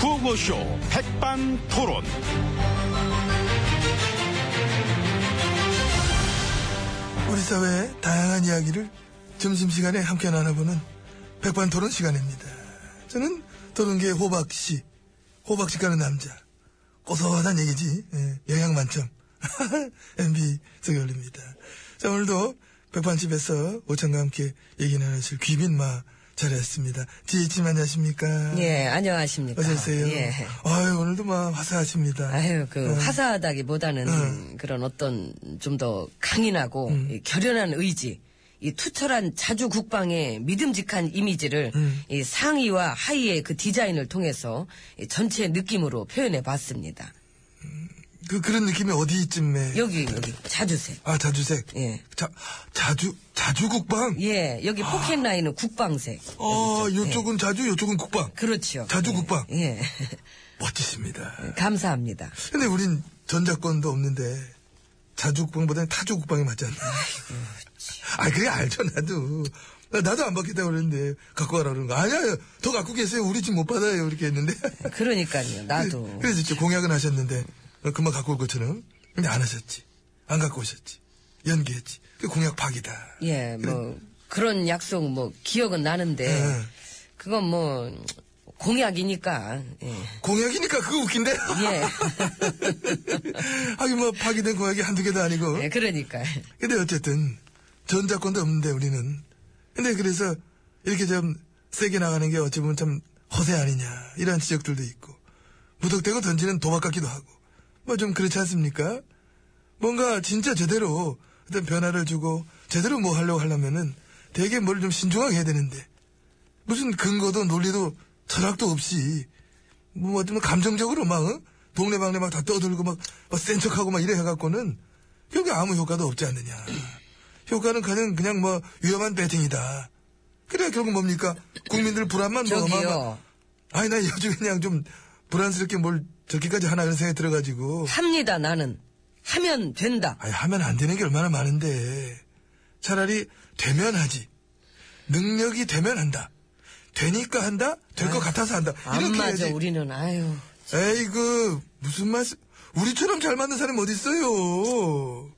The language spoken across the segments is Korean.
구호쇼 백반토론. 우리 사회의 다양한 이야기를 점심시간에 함께 나눠보는 백반토론 시간입니다. 저는 토론계의 호박씨, 호박씨 가는 남자, 고소한 얘기지, 예, 영양 만점, MB 서열입니다. 자, 오늘도 백반집에서 오찬과 함께 얘기 나누실 귀빈마 잘했습니다. 지혜님 안녕하십니까? 예, 안녕하십니까. 어서오세요. 예. 아유, 오늘도 막 화사하십니다. 아유, 그, 어. 화사하다기보다는 음. 그런 어떤 좀 더 강인하고 이 결연한 의지, 이 투철한 자주 국방의 믿음직한 이미지를 이 상의와 하의의 그 디자인을 통해서 이 전체 느낌으로 표현해 봤습니다. 그, 그런 느낌이 어디쯤에? 여기, 여기, 자주색. 아, 자주색. 예. 자, 자주, 자주국방? 예, 여기 포켓라인은 국방색. 어, 여기 좀, 예. 요쪽은 자주, 요쪽은 국방. 그렇죠. 자주 예, 국방. 예. 멋지십니다. 감사합니다. 근데 우린 전자권도 없는데, 자주 국방보다는 타주 국방이 맞지 않나? 아, 그게 알죠, 나도. 나- 나도 안 받겠다고 그랬는데, 갖고 가라 그런 거. 아니야, 더 갖고 계세요. 우리 집 못 받아요. 이렇게 했는데. 그러니까요, 예. 나도. 그래서 이제 공약은 하셨는데, 어, 금방 갖고 올 것처럼. 근데 안 하셨지. 안 갖고 오셨지. 연기했지. 그 공약 파기다. 예, 뭐 그런 약속 뭐 기억은 나는데 예. 그건 뭐 공약이니까 예. 공약이니까 그거 웃긴데? 예. 하긴 뭐 파기된 공약이 한두 개도 아니고. 예, 그러니까 근데 어쨌든 전자권도 없는데 우리는 근데 그래서 이렇게 좀 세게 나가는 게 어찌 보면 참 허세 아니냐 이런 지적들도 있고 무턱대고 던지는 도박 같기도 하고 뭐 좀 그렇지 않습니까? 뭔가 진짜 제대로 어떤 변화를 주고 제대로 뭐 하려고 하려면은 되게 뭘 좀 신중하게 해야 되는데 무슨 근거도 논리도 철학도 없이 뭐 어쩌면 감정적으로 막 어? 동네방네 막 다 떠들고 막센 척하고 막 이래 해갖고는 결국 아무 효과도 없지 않느냐. 효과는 그냥 그냥 뭐 위험한 배팅이다. 그래 결국 뭡니까 국민들 불안만 뭐 저기요 아니 나 요즘 그냥 좀 불안스럽게 뭘 저렇게까지 하나 이런 생각이 들어가지고 합니다 나는 하면 된다. 아니, 하면 안 되는 게 얼마나 많은데. 차라리 되면 하지. 능력이 되면 한다. 되니까 한다. 될 것 같아서 한다. 안 이렇게 맞아 해야지. 우리는 아유 에이 그 무슨 말씀? 우리처럼 잘 맞는 사람 어디 있어요?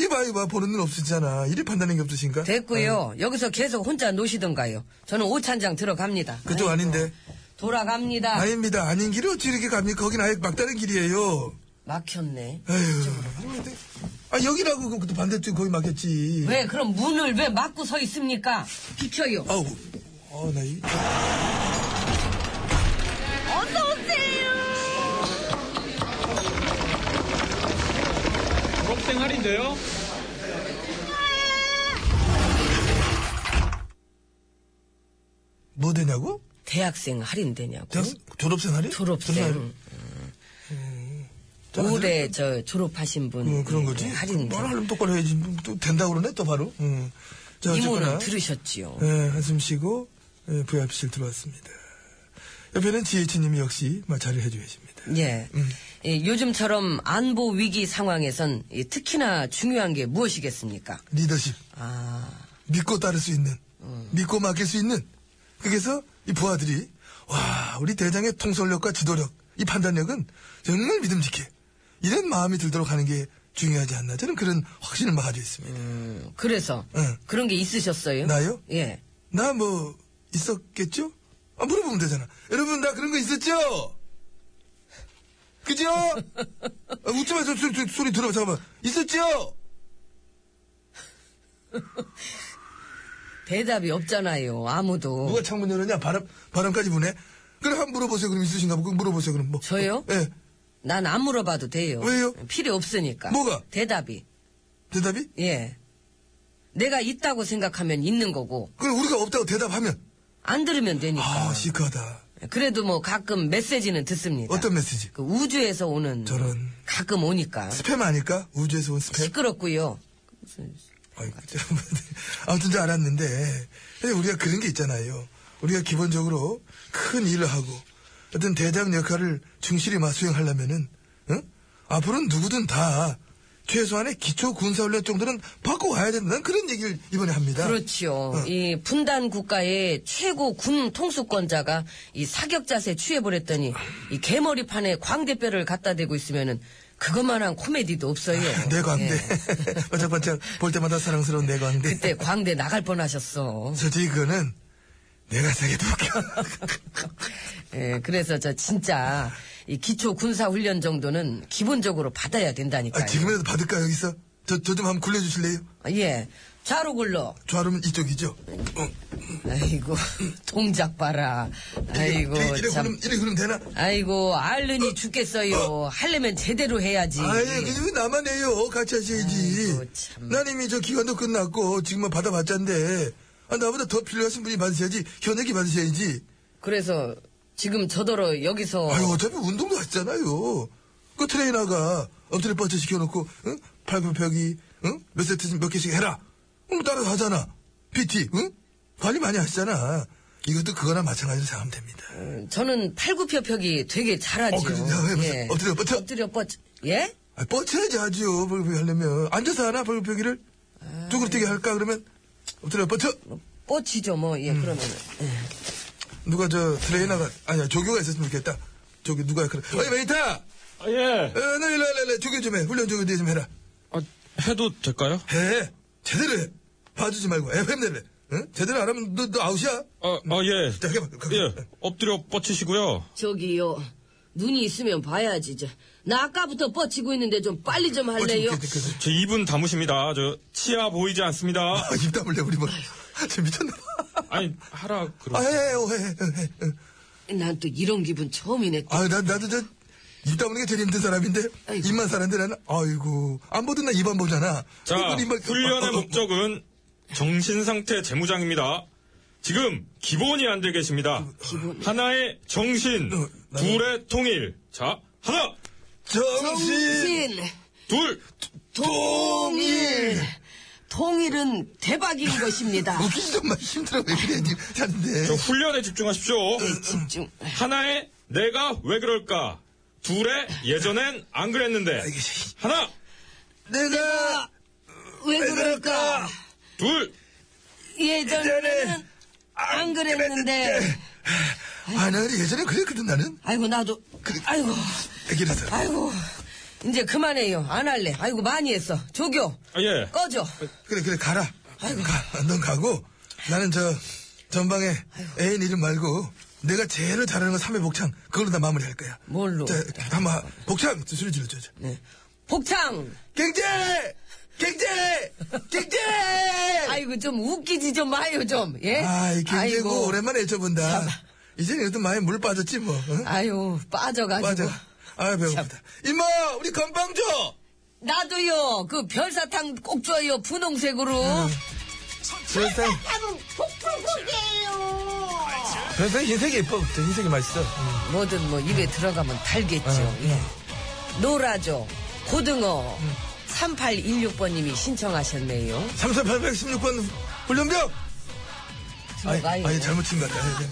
이봐 이봐 보는 눈 없으시잖아. 이리 판단하는 게 없으신가? 어. 됐고요 여기서 계속 혼자 노시던가요. 저는 오찬장 들어갑니다. 그쪽 아이고, 아닌데. 돌아갑니다. 아닙니다. 아닌 길이 어찌 이렇게 갑니까? 거긴 아예 막다른 길이에요. 막혔네. 에휴. 아 여기라고 그- 그 반대쪽 거기 막혔지. 왜 그럼 문을 왜 막고 서 있습니까? 비켜요. 아우. 아나 이. 생활인데요. 뭐 되냐고? 대학생 할인되냐고. 대학 졸업생 할인? 졸업생. 음. 음. 졸업생 할인? 올해 저 졸업하신 분 응, 어, 음, 그런 거지. 예, 할인 뭘 하려면 똑바로 해야지. 뭐, 또 된다고 그러네, 또 바로. 응. 자, 어쨌거나. 이모는 들으셨지요. 예, 한숨 쉬고, 예, VIP실 들어왔습니다. 옆에는 GH님이 역시 막 자리를 해주고 계십니다. 예. 음. 예, 요즘처럼 안보 위기 상황에선 이 특히나 중요한 게 무엇이겠습니까? 리더십. 아, 믿고 따를 수 있는. 믿고 맡길 수 있는. 그래서 이 부하들이, 와, 우리 대장의 통솔력과 지도력, 이 판단력은 정말 믿음직해. 이런 마음이 들도록 하는 게 중요하지 않나. 저는 그런 확신을 막 가지고 있습니다. 음, 그래서 응. 그런 게 있으셨어요? 네. 나요? 예. 나 뭐 있었겠죠? 아, 물어보면 되잖아. 여러분 나 그런 거 있었죠? 그죠? 아, 웃지 마세요. 소리, 소리, 소리 들어봐. 잠깐만. 있었죠? 대답이 없잖아요. 아무도. 누가 창문 열었냐? 바람, 바람까지 부네? 그럼 한번 물어보세요. 그럼 있으신가 보 물어보세요. 그럼 뭐. 저요? 예. 난 안 물어봐도 돼요. 왜요? 필요 없으니까. 뭐가? 대답이. 대답이? 예. 내가 있다고 생각하면 있는 거고 그럼 우리가 없다고 대답하면. 안 들으면 되니까. 아, 시크하다. 그래도 뭐 가끔 메시지는 듣습니다. 어떤 메시지? 그 우주에서 오는 저런. 네? 가끔 오니까 스팸 아닐까? 우주에서 온 스팸? 시끄럽고요. 네? 아이고, 그 참. 아무튼 잘 알았는데 근데 우리가 그런 게 있잖아요. 우리가 기본적으로 큰 일을 하고 어떤 대장 역할을 충실히 막 수행하려면은 응? 앞으로는 누구든 어? 다 최소한의 기초 군사훈련 정도는 받고 와야 된다는 그런 얘기를 이번에 합니다. 그렇죠. 그렇지요. 어. 이 분단 국가의 최고 군 통수권자가 이 사격 자세 취해버렸더니 이 개머리판에 광대뼈를 갖다 대고 있으면은 그것만한 코미디도 없어요. 아, 내 예. 광대. 반짝반짝 볼 때마다 사랑스러운 내 광대. 그때 광대 나갈 뻔하셨어. 솔직히 그거는 내가 세게도 웃겨. 예, 그래서 저 진짜 이 기초 군사 훈련 정도는 기본적으로 받아야 된다니까요. 아, 지금이라도 받을까요, 여기서? 저, 저 좀 한번 굴려주실래요? 아, 예. 좌로 굴러. 좌르면 이쪽이죠? 어, 아이고, 동작 봐라. 아이고, 이래, 이래 참. 네, 그럼, 이래 그럼 되나? 아이고, 알르니 죽겠어요. 하려면 제대로 해야지. 아예, 그게 왜 나만 해요? 같이 하셔야지. 음. 아이고, 참. 난 이미 저 기간도 끝났고, 지금만 받아봤잔데. 아, 나보다 더 필요하신 분이 받으셔야지. 현역이 받으셔야지. 그래서 지금 저더러 여기서 아유, 어차피 운동도 하시잖아요. 그 트레이너가 엎드려 뻗쳐 시켜놓고, 응? 팔굽혀펴기, 응? 몇 세트 몇 개씩 해라. 그럼 따라 하잖아. PT, 응? 관리 많이 하시잖아. 이것도 그거나 마찬가지로 생각하면 됩니다. 저는 팔굽혀펴기 되게 잘하지요. 어, 예. 그러냐? 왜 무슨 엎드려 뻗쳐? 엎드려 뻗쳐. 예? 아, 뻗쳐야지 하지요. 팔굽혀펴기 하려면. 앉아서 하나, 팔굽혀펴기를? 쭈그리뜨기 할까, 그러면? 엎드려 뻗쳐! 뻗치죠, 뭐. 예, 음. 그러면. 누가 저 트레이너가, 아니야, 조교가 있었으면 좋겠다. 저기 누가 그래. 어이, 메이타! 예. 어, 너 일로 와, 일로 와, 조교 좀 해. 훈련 조교 뒤에 좀 해라. 아, 해도 될까요? 해. 제대로 해. 봐주지 말고 FM 내래. 응? 제대로 안 하면 너, 너 아웃이야. 아, 아 예. 자, 해봐. 그, 어, 가- 예. 엎드려 뻗치시고요. 저기요. 눈이 있으면 봐야지, 이제. 나 아까부터 뻗치고 있는데 좀 빨리 좀 할래요? 어, 지금 그- 그- 제 입은 담으십니다. 저 치아 보이지 않습니다. 아, 입 다물래, 우리 뭐. 지금 미쳤나 봐. 아니, 하라 그러. 아, 해, 해, 어, 해, 해, 해, 해. 난 또 이런 기분 처음이네. 아, 나, 나도 저, 입 다무는 게 제일 힘든 사람인데, 아이고. 입만 사는데 나는, 아이고. 안 보든 나 입 안 보잖아. 자, 그리고 입만- 훈련의 어, 어, 어. 목적은 정신상태 재무장입니다. 지금 기본이 안 돼 계십니다. 하나의 정신, 어, 나는- 둘의 통일. 자, 하나, 아, 정신. 정신, 둘, 통일. 통일은 대박인 것입니다. 웃기지 좀 마. 힘들어. 왜 그래. 니 사는데. 저 훈련에 집중하십시오. 집중. 하나의 내가 왜 그럴까? 둘의 예전엔 안 아, 그랬는데. 알겠어. 하나, 내가, 왜 그럴까? 둘, 예전에는 안 그랬는데. 아, 나 예전에 그랬거든, 나는. 아이고 나도. 아이고. 애기라서. 아이고. 이제 그만해요. 안 할래. 아이고 많이 했어. 조교. 아, 예. 꺼져. 그래 그래 가라. 가. 넌 가고 나는 저 전방에 애인 이름 말고 내가 제일 잘하는 거 삼회 복창 그걸로 다 마무리할 거야. 뭘로? 자, 한번 복창 소리 질러줘. 자. 네. 복창. 경제 경제 경제. 아이고 좀 웃기지 좀 마요 좀. 예? 아이 아이고. 경제고 오랜만에 애쳐본다. 이제 이것도 많이 물 빠졌지 뭐. 응? 아유 빠져가지고. 맞아. 아 배고프다. 이모 우리 건빵 줘. 나도요. 그 별사탕 꼭 줘요. 분홍색으로. 별상 아, 나는 폭풍폭이에요. 별상 흰색이 예뻐. 흰색이 맛있어. 뭐든 뭐 입에 들어가면 달겠죠. 그렇죠. 네. 예. 노라조, 고등어. 음. 3816번님이 신청하셨네요. 3816번 훈련병. 아니, 들어가요. 아니 잘못 친 것 같다. 예, 예.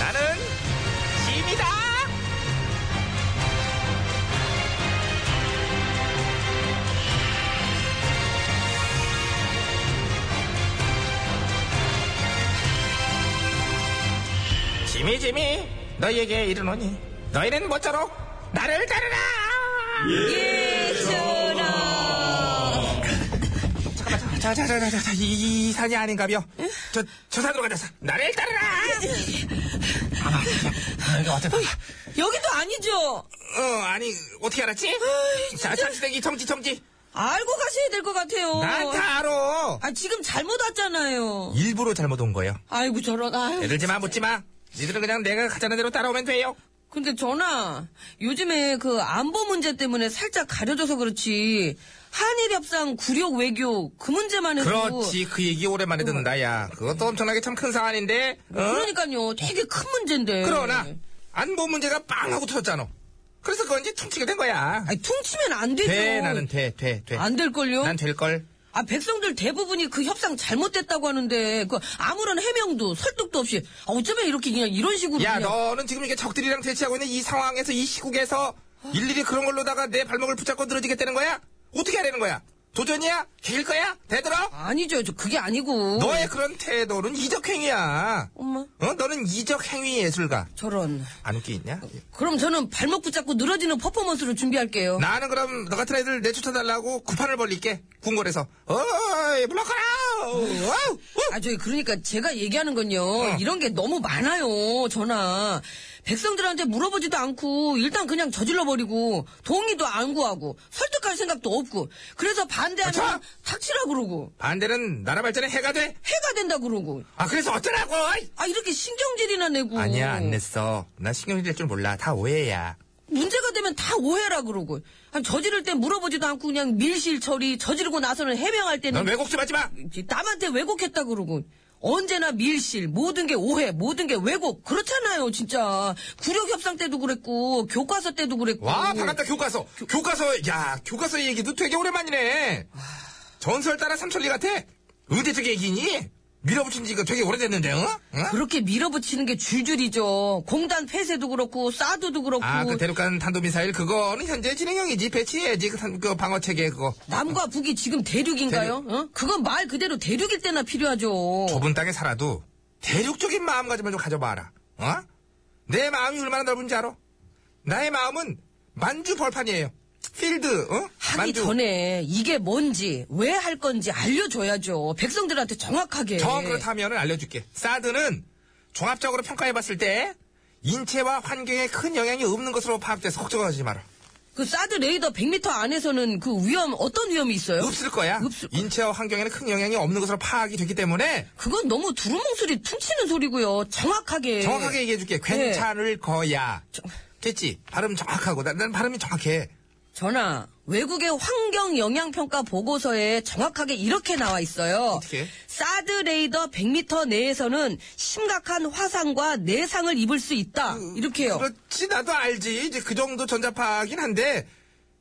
나는 짐이다. 짐이 짐이 너희에게 이르노니 너희는 모쪼록 나를 따르라. 자자자자자 이, 이 산이 아닌가며 저, 저 산으로 가자 산. 나를 따르라. 아, 이거 어쨌다. 여기도 아니죠. 어, 아니, 어떻게 알았지? 자, 잠시대기 정지, 정지. 알고 가셔야 될 것 같아요. 난 다 알아. 아, 지금 잘못 왔잖아요. 일부러 잘못 온 거예요. 아이고, 저런, 아유. 애들지 마, 묻지 마. 니들은 그냥 내가 가자는 대로 따라오면 돼요. 근데 전화, 요즘에 그 안보 문제 때문에 살짝 가려져서 그렇지, 한일 협상 구력 외교 그 문제만 해도 그렇지 그 얘기 오랜만에 듣는다 야 그것도 엄청나게 참 큰 사안인데 어? 어. 뭐 그러니까요. 되게 큰 문제인데. 그러나 안보 문제가 빵 하고 터졌잖아 그래서 그건지 퉁치게 된 거야 아니, 퉁치면 안 되죠. 돼 나는 돼돼돼난 안 될걸요? 될걸 아, 백성들 대부분이 그 협상 잘못됐다고 하는데, 그, 아무런 해명도 설득도 없이, 아, 어쩌면 이렇게 그냥 이런 식으로. 야 그냥- 너는 지금 이게 적들이랑 대치하고 있는 이 상황에서 이 시국에서 일일이 그런 걸로다가 내 발목을 붙잡고 늘어지겠다는 거야 어떻게 하려는 거야 도전이야 개일 거야 되더라 아니죠. 저 그게 아니고. 너의 그런 태도는 이적행위야 엄마. 어 너는 이적행위 예술가 저런. 안 웃기냐 그럼 저는 발목 붙잡고 늘어지는 퍼포먼스를 준비할게요. 나는 그럼 너 같은 애들 내쫓아달라고 구판을 벌릴게 궁궐에서 어이 물러가라 와우, 아, 저기, 그러니까 제가 얘기하는 건요. 어. 이런 게 너무 많아요, 전화. 백성들한테 물어보지도 않고, 일단 그냥 저질러버리고, 동의도 안 구하고, 설득할 생각도 없고, 그래서 반대하는 그쵸? 건 탁치라 그러고, 반대는 나라 발전에 해가 돼아 아, 해가 된다 그러고, 그래서 어쩌라고 어이! 아, 이렇게 신경질이나 내고. 아니야 안 냈어 나 신경질 낼줄 몰라 다 오해야 문제가 되면 다 오해라 그러고, 아니, 저지를 때 물어보지도 않고, 그냥 밀실 처리, 저지르고 나서는 해명할 때는 넌 왜곡 좀 하지 마 남한테 왜곡했다 그러고 언제나 밀실 모든 게 오해 모든 게 왜곡 그렇잖아요 진짜 구력 협상 때도 그랬고 교과서 때도 그랬고 와, 반갑다, 교과서. 교과서, 야, 교과서 얘기도 되게 오랜만이네. 전설 따라 삼천리 같아? 언제 저기 얘기니? 밀어붙인 지가 되게 오래됐는데, 응? 응? 그렇게 밀어붙이는 게 줄줄이죠 공단 폐쇄도 그렇고 사드도 그렇고 아, 그 대륙간 탄도미사일 그거는 현재 진행형이지. 배치해야지. 그, 산- 그 방어체계 그거. 남과 북이 지금 대륙인가요? 어? 그건 말 그대로 대륙일 때나 필요하죠 좁은 땅에 살아도 대륙적인 마음가짐을 좀 가져봐라. 어? 내 마음이 얼마나 넓은지 알아? 나의 마음은 만주 벌판이에요. 필드, 어? 하기 만주. 전에 이게 뭔지 왜 할 건지 알려줘야죠 백성들한테 정확하게 저 그렇다면은 알려줄게. 사드는 종합적으로 평가해봤을 때 인체와 환경에 큰 영향이 없는 것으로 파악돼서 걱정하지 마라. 그 사드 레이더 100m 안에서는 그 위험 어떤 위험이 있어요? 없을 거야. 없을 거야. 인체와 환경에는 큰 영향이 없는 것으로 파악이 됐기 때문에 그건 너무 두루뭉술이 퉁치는 소리고요. 정확하게. 정확하게 예. 얘기해줄게. 괜찮을 거야. 됐지? 발음 정확하고. 난, 난 발음이 정확해. 전하, 외국의 환경 영향 평가 보고서에 정확하게 이렇게 나와 있어요. 어떻게? 사드 레이더 100m 내에서는 심각한 화상과 내상을 입을 수 있다. 이렇게요. 음, 그렇지, 나도 알지. 이제 그 정도 전자파긴 한데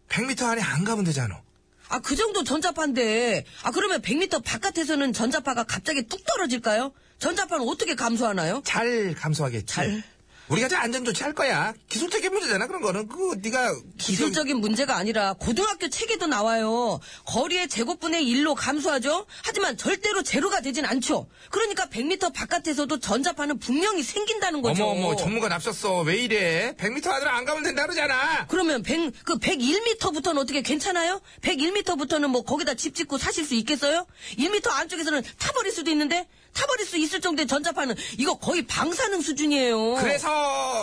100m 안에 안 가면 되잖아. 아, 그 정도 전자파인데. 아, 그러면 100m 바깥에서는 전자파가 갑자기 뚝 떨어질까요? 전자파는 어떻게 감소하나요? 잘 감소하겠지. 잘? 우리가 이제 안전 조치할 거야. 기술적인 문제잖아, 그런 거는. 그거 네가 기술- 기술적인 문제가 아니라 고등학교 책에도 나와요. 거리의 제곱분의 1로 감소하죠? 하지만 절대로 제로가 되진 않죠. 그러니까 100m 바깥에서도 전자파는 분명히 생긴다는 거죠. 어머 어머 전문가 납셨어 왜 이래 100m 안으로 안 가면 된다 그러잖아 그러면 100, 그 101m부터는 어떻게 괜찮아요? 101m부터는 뭐 거기다 집 짓고 사실 수 있겠어요? 1m 안쪽에서는 타버릴 수도 있는데 타버릴 수 있을 정도의 전자파는 이거 거의 방사능 수준이에요. 그래서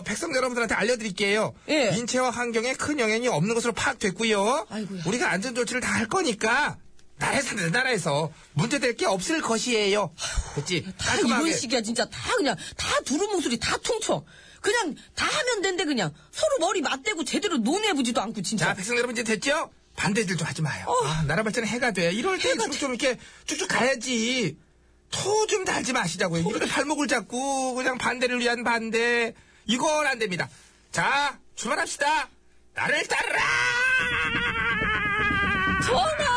백성 여러분들한테 알려드릴게요 어. 예. 인체와 환경에 큰 영향이 없는 것으로 파악됐고요 아이고야. 우리가 안전조치를 다 할 거니까 나라에서 내 나라에서 문제될 게 없을 것이에요 그치 다 이런 식이야 진짜 다 그냥 다 두루뭉술이 다 퉁쳐 그냥 다 하면 된대 그냥 서로 머리 맞대고 제대로 논해보지도 자 않고 진짜 백성 여러분 이제 됐죠? 반대들 좀 하지 마요 아, 나라 발전에 해가 돼 이럴 때 좀 이렇게 쭉쭉 가야지 토 좀 달지 마시자고요 이렇게 발목을 잡고 그냥 반대를 위한 반대 이건 안 됩니다 자 출발합시다 나를 따르라 전화